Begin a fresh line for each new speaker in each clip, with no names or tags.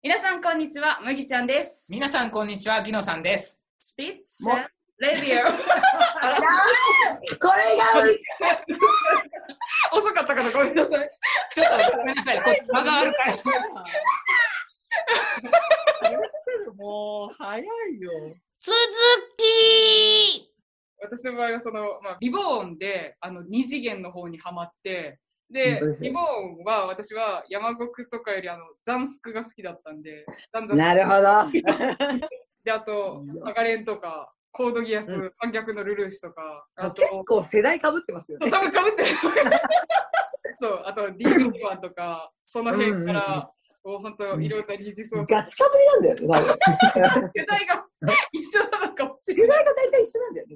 皆さん、こんにちは。麦ちゃんです。
皆さん、こんにちは。ギノさんです。
スピッツ
も
レデ ィ
これが美味しい
オ。遅かったからごめんなさい。
ちょっとごめんなさい。こ間があるから。
もう早いよ。
続き
私の場合はその、まあ、リボーンであの二次元の方にはまってで
うん
リボーンは私は山国とかよりあのザンスクが好きだったんでザンザ
なるほど。
であと
いいよ
マガレンとかコードギアス、
う
反逆のルルーシュとかあと
結構世代かぶってますよ
多
ね。
分かぶってるそうあと DB1 とかその辺から、もう本当いろんな二次創作
ガチかぶりなんだよね。多分
世代が一緒なのかもしれ
世
ない
代が大体一緒なんだよね。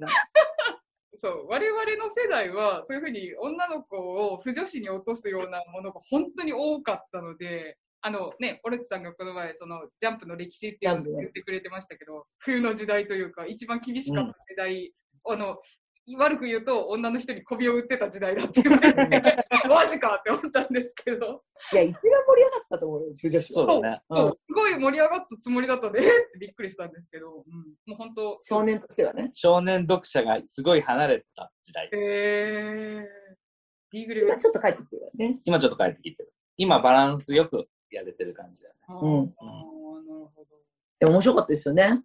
そう我々の世代はそういうふうに女の子を不女子に落とすようなものが本当に多かったのであのねオレツさんがこの前そのジャンプの歴史っていうの
ジ
を
ャンプね
言ってくれてましたけど冬の時代というか一番厳しかった時代、あの悪く言うと女の人に媚びを売ってた時代だっていうね マジかって思ったんですけど
いや、一番盛り上がったと思うよ、女子は。
うだねそうすごい盛り上がったつもりだったんで えってびっくりしたんですけど、うん、もう本当
少年としてはね。
少年読者がすごい離れた時代。
えー、D グレー
今ちょっと帰ってきてるよね。
今ちょっと変えてきてる。今バランスよくやれてる感じだね。
あー
うん
あーなるほど
でも面白かったですよね。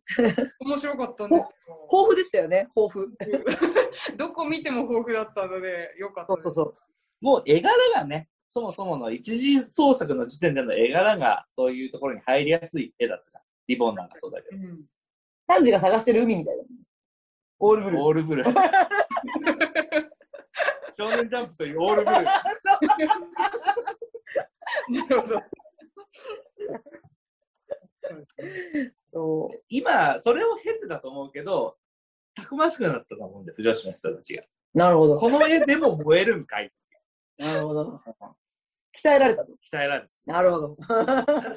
面白かったんです
豊富でしたよね、豊富。
よ。 どこ見ても豊富だったので、よかった
そ
で
う
す。
そうそう。
もう絵柄がね、そもそもの一次創作の時点での絵柄がそういうところに入りやすい絵だったじゃん。リボンなんかそうだけど。
うん、
サンジが探してる海みたいな。オールブルー。
オール ブルー。少年ジャンプというオールブルー。
なるほ ど。そうですね
そう
今、それを経てだと思うけど、たくましくなったと思うんだよ、女子の人たちが。
なるほど。
この絵でも燃えるんかい。
なるほど。鍛えられたと。
鍛えられる。
なるほど。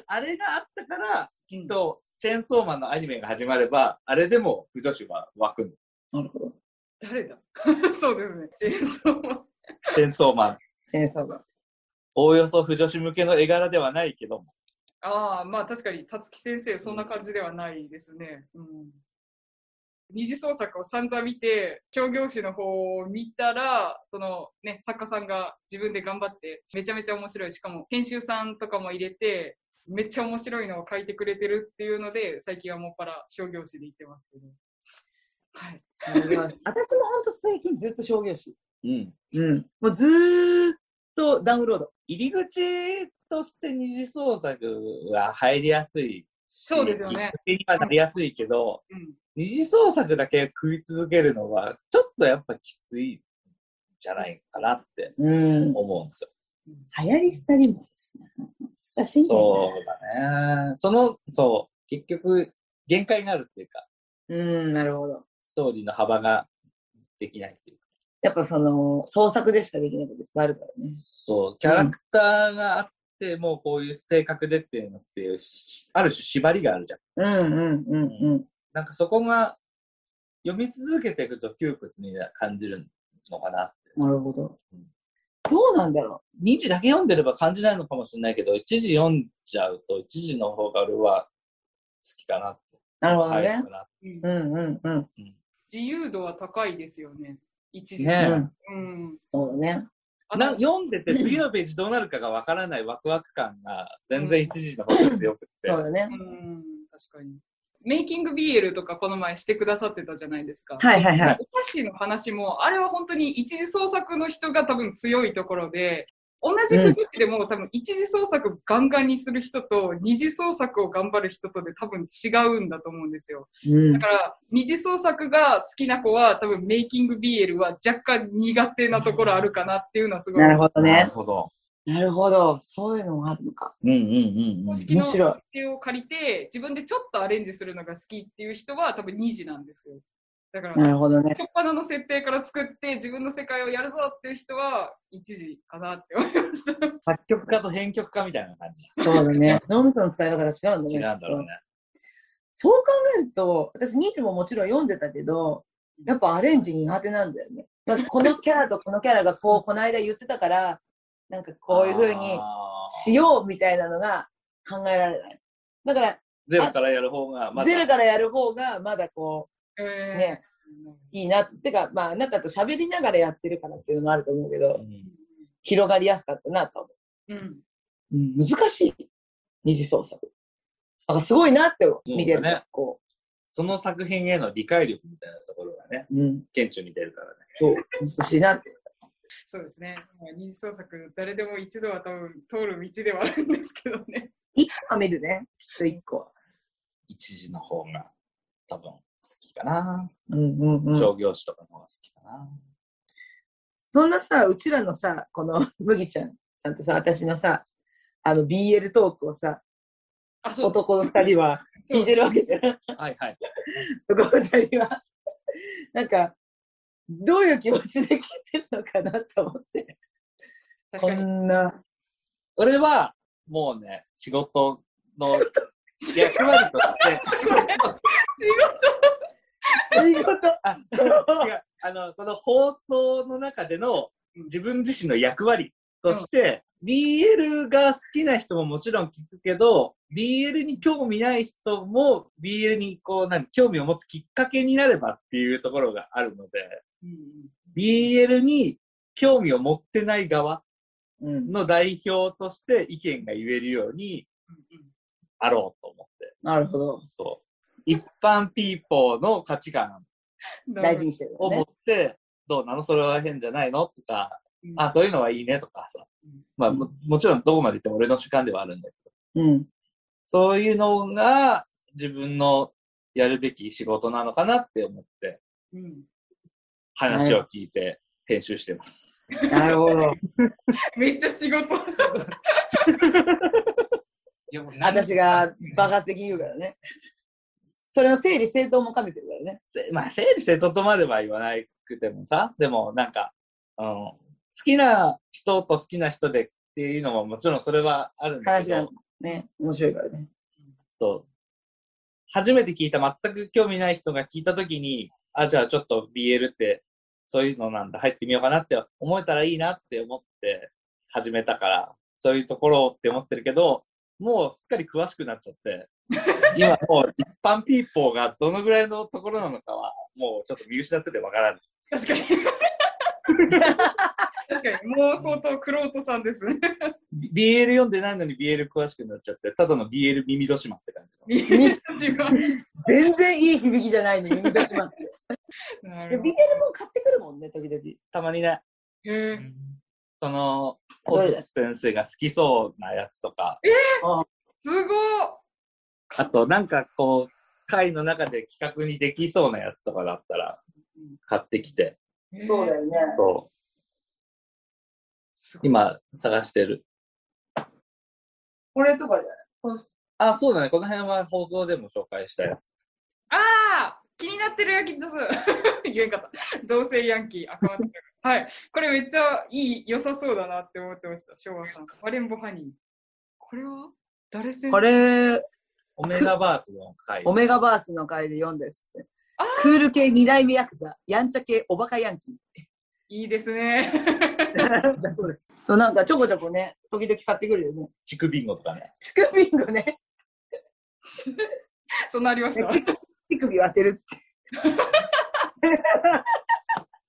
あれがあったから、きっと、チェーンソーマンのアニメが始まれば、あれでも女子は湧くんだよ
なるほど。
誰だ そうですね。チェーンソーマン
戦争マン、
センサーが。
おおよそ不女子向けの絵柄ではないけども、
ああ、まあ確かに、たつき先生、そんな感じではないですね。うん二次創作を散々見て、商業誌の方を見たら、そのね、作家さんが自分で頑張って、めちゃめちゃ面白い。しかも、編集さんとかも入れて、めっちゃ面白いのを書いてくれてるっていうので、最近はもっぱら商業誌で言ってますけど。はい。
私も本当最近ずっと商業誌。
うん、
うん。もうずーっとダウンロード。
入り口として二次創作が入りやすいし
そうですよね。
きっかけにはなりやすいけど、
うん。
二次創作だけ食い続けるのは、ちょっとやっぱきついんじゃないかなって
うん。流
思うんですよ。
行りしたりもあるしね。難しいんだ
そ
よ
うだね。その、そう、結局、限界があるっていうか、
ね。うん、なるほど。
ストーリーの幅ができないっていうか
やっぱその、創作でしかできないこといっぱいあるからね。
そう、キャラクターがあって、もうこういう性格でっていうのっていうし、ある種縛りがあるじゃん。
うんうんうんうん。
なんかそこが読み続けていくと窮屈に感じるのかなって。
なるほど
うん。
どうなんだろ
2時だけ読んでれば感じないのかもしれないけど、1時読んじゃうと、1時の方が俺は好きかなって。
う。なるほど
早
ね
い。かなっ
うん
うんうんうん。
自由度は高いですよね。一時。
ねえ
うん。
うん。
そうだね。
あ
てな読んでて次のページどうなるかがわからないワクワク感が全然1時の方が強くて。
そうだね。
うん、確かに。メイキング BL とかこの前してくださってたじゃないですか。
はいはいはい。
お菓子の話も、あれは本当に一次創作の人が多分強いところで、同じ不女子でも多分一次創作ガンガンにする人と二次創作を頑張る人とで多分違うんだと思うんですよ。
うん
だから二次創作が好きな子は多分メイキング BL は若干苦手なところあるかなっていうのはすごい。
なるほど
な
ね
る。ほど。
なるほど。そういうのもあるのか。
うんうんうんう
公
ん。
式の
面白い
設定を借りて自分でちょっとアレンジするのが好きっていう人は多分二次なんですよ。だから、
なるほどね。
初っ端の設定から作って自分の世界をやるぞっていう人は一時かなって思いました。
作曲家と編曲家みたいな感じ。
そうだね。脳みその使い方が違うんだね。
違うんだろうね。
そう考えると、私、ニーチェももちろん読んでたけど、やっぱアレンジ苦手なんだよね。まあ、このキャラとこのキャラがこ う、この間言ってたから、なんかこういうふうに
あー
しようみたいなのが考えられない。だから、
ゼロからやる方が、まだ
ゼロからやる方が、まだこ
えー
う、ね、いいな。てか、まあ、なんかあと喋りながらやってるからっていうのもあると思うけ
う
ど、
ん
広がりやすかったなとは思
うん。
う。うん、難しい。二次創作。なんかすごいなって
だね
見てる、ね、こ
その作品への理解力みたいなところがね、
う。うん。
顕著に出るからね。
そう。難しいなって。
そうですね。まあ二次創作、誰でも一度は多分通る道ではあるんですけどね。
一個は見るね。きっと一個は。
一時の方が多分好きかな。
うんうんうん。
商業誌とかの方が好きかな。
そんなさ、うちらのさ、この 麦ちゃんさんとさ、私のさ、あの BL トークをさ、
あ、そう。
男の二人は聞いてるわけじゃん。
はいはい。
男二人は。 なんか、どういう気持ちで聞いてるのかなと思って。
確
こ
かに。
んな。
俺は、もうね、仕事の役割として、
仕事。
あ 違うあの、この放送の中での自分自身の役割として、BL が好きな人ももちろん聞くけど、BL に興味ない人も、BL にこう、何、興味を持つきっかけになればっていうところがあるので、
うん。
BL に興味を持ってない側
うん。
の代表として意見が言えるようにあろうと思って、
なるほど。
そう。一般ピーポーの価値観
うん
大事にしてるよ
を持
ね
っ。て、どうなのそれは変じゃないのとか、あ、そういうのはいいねとかさ
うん。
まあも、もちろんどこまで言っても俺の主観ではあるんだけど、
うん。
そういうのが自分のやるべき仕事なのかなって思って、
うん
話を聞いて編集して ます。
なるほど。
めっちゃ仕事をした。
いやもう何
私がバカ的に言うからね。それの整理整頓も兼ねてるからね。
せまあ、整理整頓とまでは言わなくてもさ、でもなんか、うん、好きな人と好きな人でっていうのももちろんそれはあるんだけ
話が
ど、
ね、面白いからね。
そう。初めて聞いた全く興味ない人が聞いたときに、あ、じゃあちょっと BL ってそういうのなんだ、入ってみようかなって思えたらいいなって思って始めたから、そういうところって思ってるけど、もうすっかり詳しくなっちゃって、今もう一般ピーポーがどのぐらいのところなのかは、もうちょっと見失っててわからない。
確かに。 確かに。もう相当クロートさんですね。
BL 読んでないのに BL 詳しくなっちゃって、ただの BL 耳戸島って感じ。
みたちが。
全然いい響きじゃないのに、見てしまって。
な
で
るほ
BL
ど。
も買ってくるもんね、時々。
たまにね、
へ
う
ー
ん
その、
ど
小
れ
津先生が好きそうなやつとか、
すご
あと、なんかこう、会の中で企画にできそうなやつとかだったら、買ってきて、
い。
そうだ
よ。
よね。
そ
す
う、
ごい。
今探してる。
これとかじゃない
あ、そうだね、この辺は放送でも紹介したやつ。
ああ気になってるヤンキーです。 言えんかった。同性ヤンキー、赤松。はい。これめっちゃいい、良さそうだなって思ってました、昭和さん。ワレンボハニー。これは誰先生
これ、
オメガバースの会。
オメガバースの回で読んだやつですね
あー。
クール系二代目ヤクザ、やんちゃ系おバカヤンキー。
いいですね。
そうです。そう、なんかちょこちょこね、時々買ってくるよね。
地区ビンゴとかね。
乳首をね、
そんなありました。
乳首を当てるって。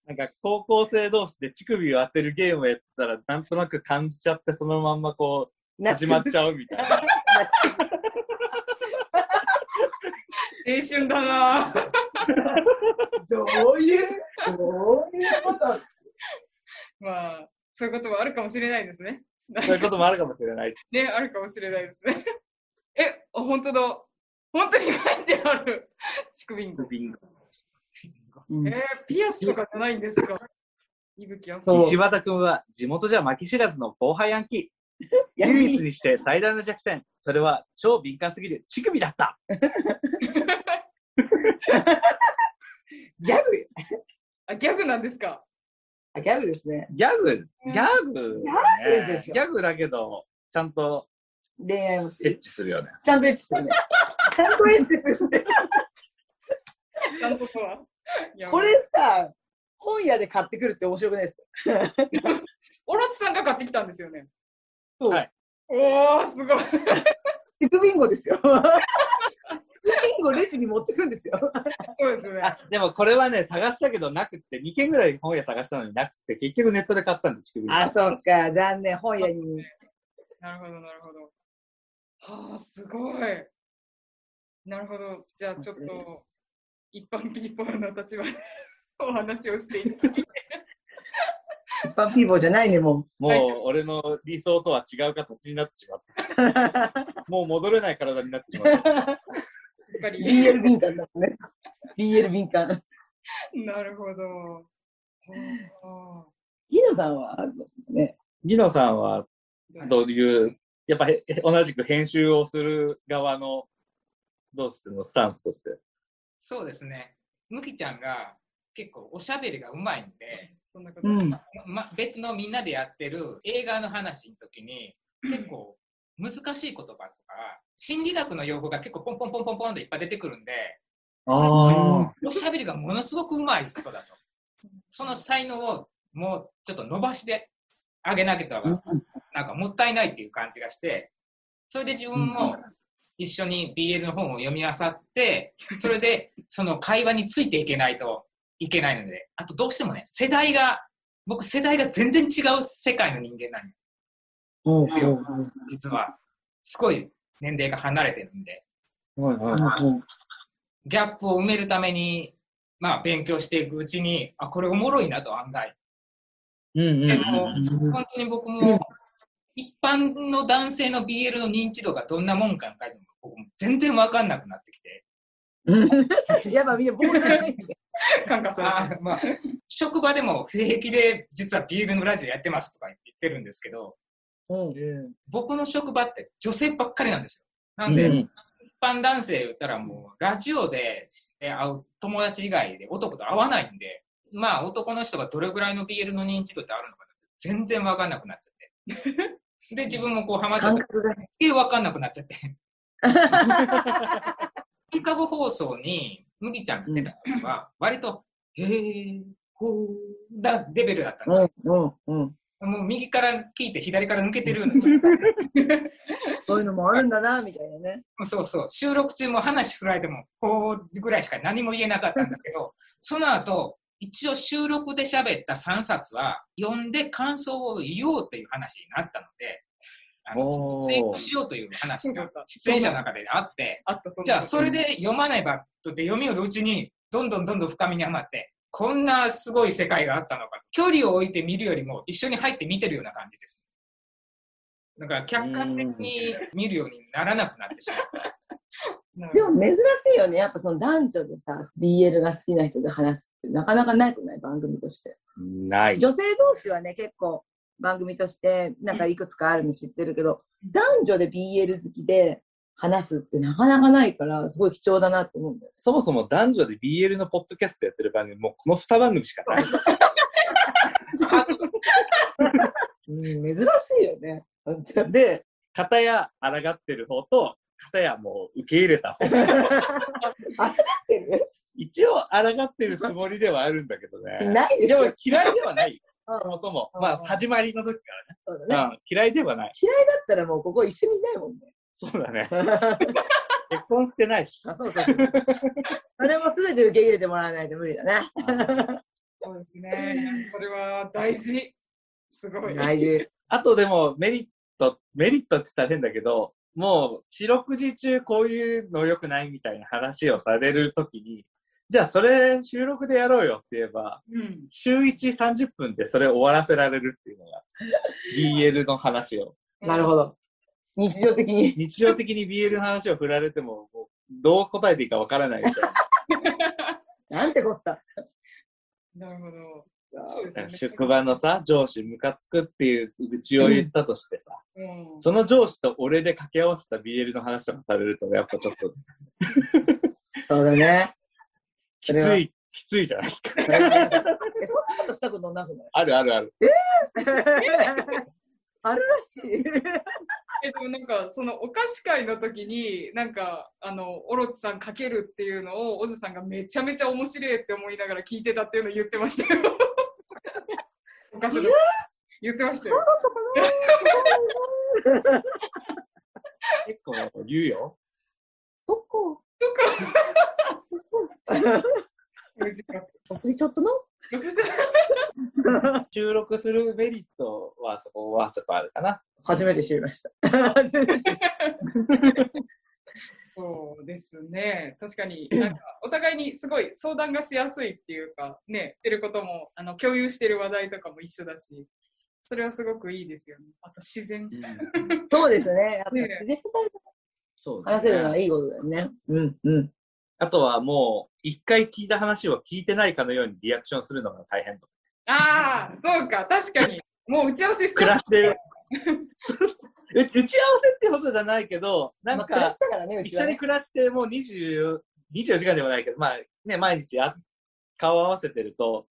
なんか高校生同士で乳首を当てるゲームをやってたら、なんとなく感じちゃって、そのまんまこう、始まっちゃうみたいな。
青春だなぁ。
どういう、どういうこと
まあ、そういうこともあるかもしれないですね。
そういうこともあるかもしれない。
ね、あるかもしれないですね。 え、あ本当だ。本当に書いてある。乳首に
地。区ビンゴ。
えー、ピアスとかじゃないんですかいぶきあ
そう
石畑君は地元じゃ負け知らずの後輩ヤンキー。
ヤン
唯
キ
一
ー、
にして最大の弱点。それは超敏感すぎる乳首だった。
ギャグ
あ、ギャグなんですか
あ、ギャグですね。
ギャグ、
う
ギ
ん
ャグ、ね、
ギャグでしょ
ギャグだけど、ちゃんと
恋愛もして
エッ
る。
チするよね。
ちゃんとエッチす るね。ちゃんとエッチするね。
ちゃんととは。いや
これさ、本屋で買ってくるって面白くないですか
オロチさんが買ってきたんですよね。
そう
はい
おー、すごい。
チクビンゴですよ。チクビンゴレジに持ってくんですよ。
そうですね
あ。でもこれはね、探したけどなくて、2軒ぐらい本屋探したのになくて、結局ネットで買ったんで、乳首。
あ、そうか、残念、本屋に。
なるほど、なるほど。はあ、すごい。なるほど。じゃあ、ちょっと、一般ピーポーの立場で お話をしていただき
一般ピーボーじゃないね、も
も
はいう
俺の理想とは違う形になってしまった。
う。
もう戻れない体になってしま った。
しっかり。
BL 敏感だもんね。BL 敏感。
なるほど。はあ
ギノさんはあるのね。
ギノさんはどういう、やっぱへ同じく編集をする側の、どうしてのスタンスとして。
そうですね。むきちゃんが結構おしゃべりがうまいんで、
そんなこと。
うん。
ま、別のみんなでやってる映画の話の時に結構難しい言葉とか、心理学の用語が結構ポンポンポンポンポンっていっぱい出てくるんで、
あ
おしゃべりがものすごくうまい人だと。その才能をもうちょっと伸ばしてあげなければ、なんかもったいないっていう感じがして、それで自分も一緒に BL の本を読み漁って、それでその会話についていけないといけないので、あとどうしてもね、世代が、僕世代が全然違う世界の人間なんで、
もう、もう、もう
実は。すごい年齢が離れてるんで。
あ。はいはい
も
ギャップを埋めるために、まあ、勉強していくうちに、あ、これおもろいなと、案外。
うんうん
で
う
も
ん。
本当に僕も、一般の男性の BL の認知度がどんなもんか書いても、僕も全然わかんなくなってきて、
う。やばい、みんなボールがない。
感化され
あーまあ、職場でも平気で、実は BL のラジオやってますとか言ってるんですけど、
うん。
僕の職場って女性ばっかりなんですよ。な
なん
で、一般男性言ったらもう、ラジオで会う友達以外で男と会わないんで、まあ男の人がどれぐらいの BL の認知度ってあるのかなって全然わかんなくなっちゃって。 で、自分もこうハマっちゃっ
感
て、
覚がね。
余計わかんなくなっちゃって。放課後放送に麦ちゃんが出た時は、割と、へー、ほー、だ、レベルだったんですよ。
うん、うん、うん。
もう右から聞いて左から抜けてるような
そういうのもあるんだな、みたいなね。
そうそう、収録中も話振られても、ほうぐらいしか何も言えなかったんだけど、その後、一応収録で喋った3冊は、読んで感想を言おうという話になったので、あの、
おー
ツイートしようという話が出演者の中であって、
あった、そんな
じゃあそれで読まないばとって読み寄るうちに、どんどんどんどん深みにはまって、こんなすごい世界があったのか。距離を置いて見るよりも、一緒に入って見てるような感じです。だから客観的に見るようにならなくなってしまう。
なる
で
ほ
も珍しいよね。やっぱその男女でさ、BL が好きな人で話すってなかなかないくない番組として。
ない。
女性同士はね、結構番組としてなんかいくつかあるの知ってるけど、男女で BL 好きで話すってなかなかないから、すごい貴重だなって思うんだよ。
そもそも男女で BL のポッドキャストやってる番組、もうこの2番組しかない。
うん、珍しいよね。本当に
で、片や抗ってる方と、片やもう受け入れた方。
合ってる
一応抗ってるつもりではあるんだけどね。
ないでしょ
も嫌いではない。
うん
そもそも。
うん
まあ、始まりの時か
そうだね。だ
らね。うん、嫌いではない。
ったらもうここ一緒にいないもんね。
そうだね。結婚してないし。
あそうそう。それも全て受け入れてもらわないと無理だね。
ど。そうですね。それは大事。すごい。
大事。
あとでもメリット、メリットって言ったら変だけど、もう四六時中こういうの良くないみたいな話をされるときに、じゃあそれ収録でやろうよって言えば、
うん。
週130分でそれを終わらせられるっていうのが、BL の話を。
なるほど。日常的に。
日常的に BL の話を振られても、もうどう答えていいかわからないみたい
なんてこった。
なるほど。そう
な。
ですね。
職場のさ、上司ムカつくっていう愚痴を言ったとしてさ、
うん。
その上司と俺で掛け合わせた BL の話とかされると、やっぱちょっと
そうだね。
き
そ
つ、
れはい
きついじゃないですか。
それはえそんなことしたことなく ない
あるあるある。
あるらしい。
えでもなんかそのお菓子会の時になんかあのオロチさんかけるっていうのをオズさんがめちゃめちゃ面白いって思いながら聞いてたっていうのを言ってましたよ。 お菓子の言ってましたよ。
結構言うよ。
そっ
無事か
か。忘れちゃったな。
収録するメリットはそこはちょっとあるかな。
初めて知りました。初めて知りまし
そうですね。確かに、なんか、お互いにすごい相談がしやすいっていうか、ね、してることも、あの、共有してる話題とかも一緒だし、それはすごくいいですよね。あと、自然。
たそうですね。やっぱ
ね
自然と
そう
話せるのはいいことだよね。うんうん。
あとはもう、一回聞いた話を聞いてないかのようにリアクションするのが大変と。
ああ、そうか、確かに。もう打ち合わせしち
暮
ゃ
ら
っ
してる。 う打ち合わせってことじゃないけど、なん
まあ、
か、
暮らしたからね、うち
一緒
は、
に
ね。
暮らしてもう20 24時間でもないけど、まあね、毎日あ顔を合わせてると、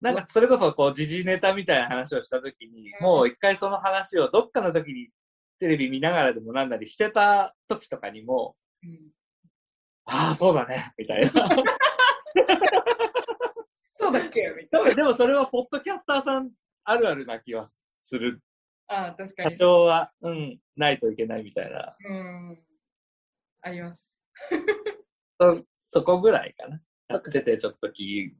なんかそれこそこう時事ネタみたいな話をしたときに、
うん
もう一回その話をどっかの時にテレビ見ながらでもなんなりしてた時とかにも、
うん
ああ、そうだね、みたいな。
そうだっけみた
多
いな。
分でもそれはポッドキャスターさんあるあるな気はする。
ああ、確か
多
に。
少は、うん、ないといけないみたいな。
うん。あります。
そそこぐらいかな。
そ
やっ
っか
ててちょっと気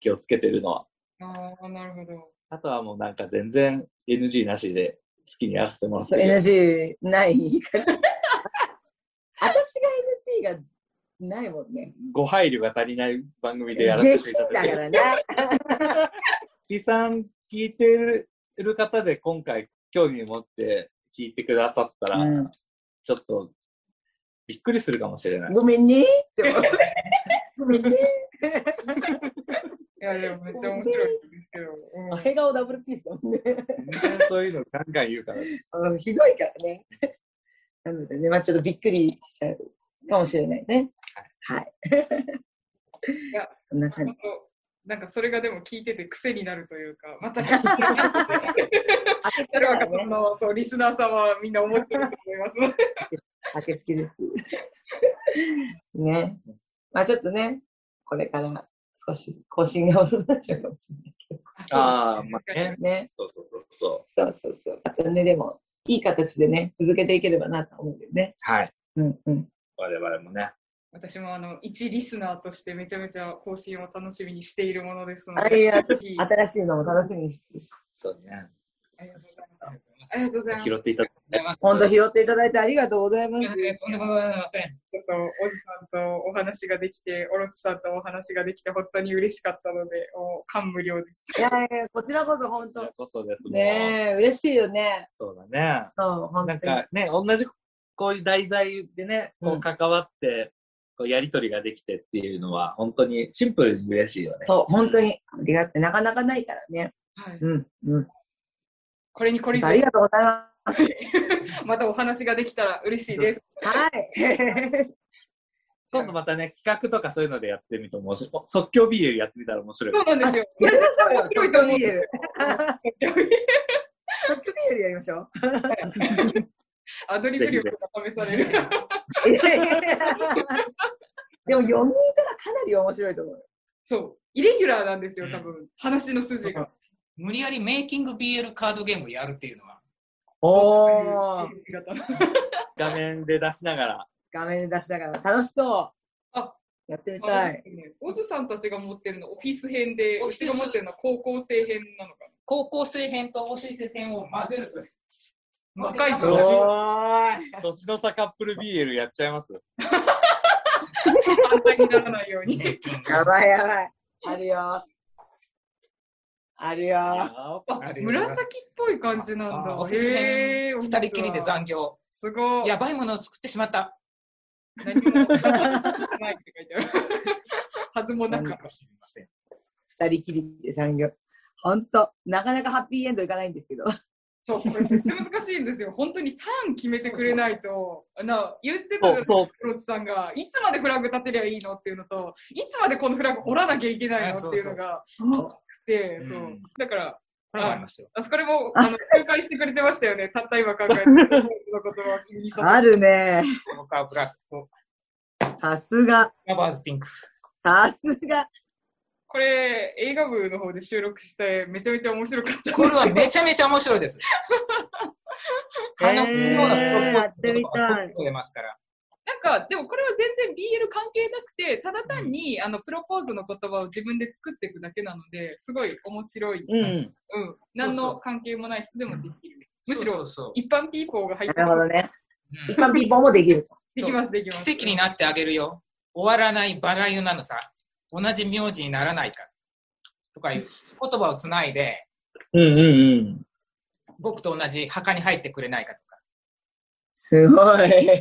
気をつけてるのは。
ああ、なるほど。
あとはもうなんか全然 NG なしで好きにやらせてもらっ
そ
て
う
る。
NG ないから。 あ私が NG がないもんね。
ご配慮が足りない番組でやら
下
せて
品
いただ
だ
い
か
て
らね。
リさん聞いてる方で今回興味持って聞いてくださったら、
うん
ちょっとびっくりするかもしれない。
ごめんねって思って。ごめんね。
いや、でもめっちゃ面白いですけど。うん
笑顔ダブルピースだもんね。
全然 そういうのガンガン言う から。
うんひどいからね。なのでね、まあちょっとびっくりしちゃうかもしれないね。はい。
いや
そんな感じ
本。当なんかそれがでも聞いてて癖になるというか、また聞いてるな
開け
誰はかそ
ね。
のそうリスナーさんはみんな思ってると思います。
開け好きです。 ね。まあちょっとね、これから少し更新が遅くなっちゃうかもしれないけど。
ああ、まあね。
ね。
そうそうそうそう。
そうそうそう。またね、でも、いい形でね、続けていければなと思うんだよね。
はい。
うんうん。
我々もね。
私もあの一リスナーとしてめちゃめちゃ更新を楽しみにしているものですの
ああ
で。
いう
ぜひあ
新しいのも楽しみにしてるし、
そうね。
りがとうございますありがとうございます。
拾っていただいて。
本当拾っていただいてありがとうございます。
とんでもございません。
ちょっとおじさんとお話ができて、おろつさんとお話ができて本当に嬉しかったので、お感無量です。
いやいや、こちらこそ本
こちら
当。
こそですもん。
ねえ、嬉しいよね。
そうだね。
そう、本当
なん
に。
かね、同じこういう題材でね、こ
う
うん関わって、こうやりとりができてっていうのは、本当にシンプルに嬉しいよね。
そう、本当に。ありがって、なかなかないからね。
はい、
うん、うん。
これに懲りず
ありがとうございま
またお話ができたら嬉しいです。
す。はい。
今度またね、企画とかそういうのでやってみても面白い。即興 BL やってみたら面白い
そ
か
う
も。
なんですよ。これ絶対面白いと思う
即興ビール。即興ビールやりましょう。
アドリブ力が試される。
でも4人いたらかなり面白いと思うよ。
そう。イレギュラーなんですよ、多分。話の筋が。
無理やりメイキング BL カードゲームやるっていうのは、
おー、
画面で出しな がら。
画面で出しながら楽しそう。
あ
やってみた。
はいい。オズさんたちが持ってるのオフィス編で、
オ
う
フィス
ちが持ってるのは高校生編なのか
高校生編と教え編を混ぜる。
な。若い
そ
人
う
たち
お
反
ーい。
年の差カップル BL やっちゃいます。
対にならないように。
メイキング
やばいやばい。あるよ。あるよ。
あれ
紫っぽい感じなんだ。
あオフィス
へー
編、二人きりで残業。
すごい。
やばいものを作ってしまった。
何もないって書いてある。はずもなかっ
もしれません。
二人きりで産業。ほんと、なかなかハッピーエンドいかないんですけど。
そう、これめっちゃ難しいんですよ。本当にターン決めてくれないと、な言ってたじゃないです
そう
か、黒津さんが、いつまでフラグ立てりゃいいのっていうのと、いつまでこのフラグ折らなきゃいけないのっていうのがきつくて、
そう
そ
そうう。
うんだから、
これもありますよ。
あそこで も、あの、公開してくれてましたよね。たった今考えて、の言葉を君に刺さ
あ
る。
るね。
僕はブラック、
さすが。
ラバーズピンク。
さすが。
これ、映画部の方で収録して、めちゃめちゃ面白かった。
これはめちゃめちゃ面白いです。可能
へー
ような
やってみたい
出ますから。
なんか、でもこれは全然 BL 関係なくて、ただ単に、あの、プロポーズの言葉を自分で作っていくだけなので、すごい面白い。
うん。
うん。何の関係もない人でもできる。むしろ
そうそうそう
一般ピーポーが入っ
な
て
るほどね。
うん
一般ピーポーもできる。
できます、できます。
奇跡になってあげるよ。終わらないバラ色なのさ。同じ名字にならないか。とかいう言葉をつないで、
うんうんうん。
僕と同じ墓に入ってくれないかとか。
す ごい。
それ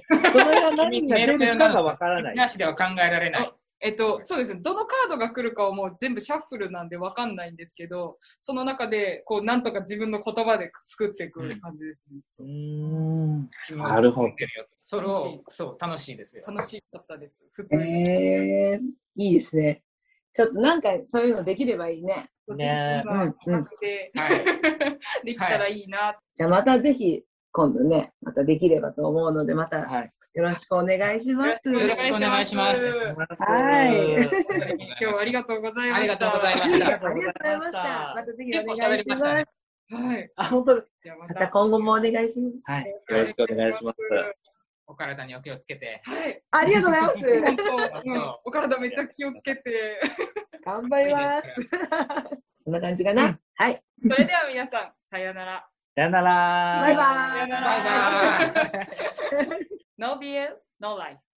が何が出るかがわからない。
なしでは考えられない。
えっと、そうですね。どのカードが来るかはもう全部シャッフルなんでわかんないんですけど、その中で、こう、なんとか自分の言葉で作っていく感じですね。
う
そう
ーん。
君
なるほど
を作ってるよそれを、そう、楽しいですよ。
楽しかったです。普通に。
えー、いいですね。ちょっとなんかそういうのできればいいね。
ね
まあ
うんうん
企画で
はい。
できたらいいなって。
じゃあまたぜひ今度ね、またできればと思うので、またよ
はい。
ろしくお願いします。
よろしくお願いします
はい
今日はありがとうござい
あ
ま
りが
し
とう
た。
ございま
あ
し
りが
た。
とうございました。またぜひお
結構
願
喋
い
り
し
ま
ます。
したね。
はい。
あ、本当だ
じゃあま
ま
た
た。今後もお願いします。
はい。よろしくお願いします。
お体にお気をつけて。
はい。
ありがとうございます。
本当、うん、お体めっちゃ気をつけて。
頑張ります。こんな感じかな。はい。
それでは皆さん、さようなら。
さよなら。
バイバイ。
さよな
バイバイ。
No BL, no life.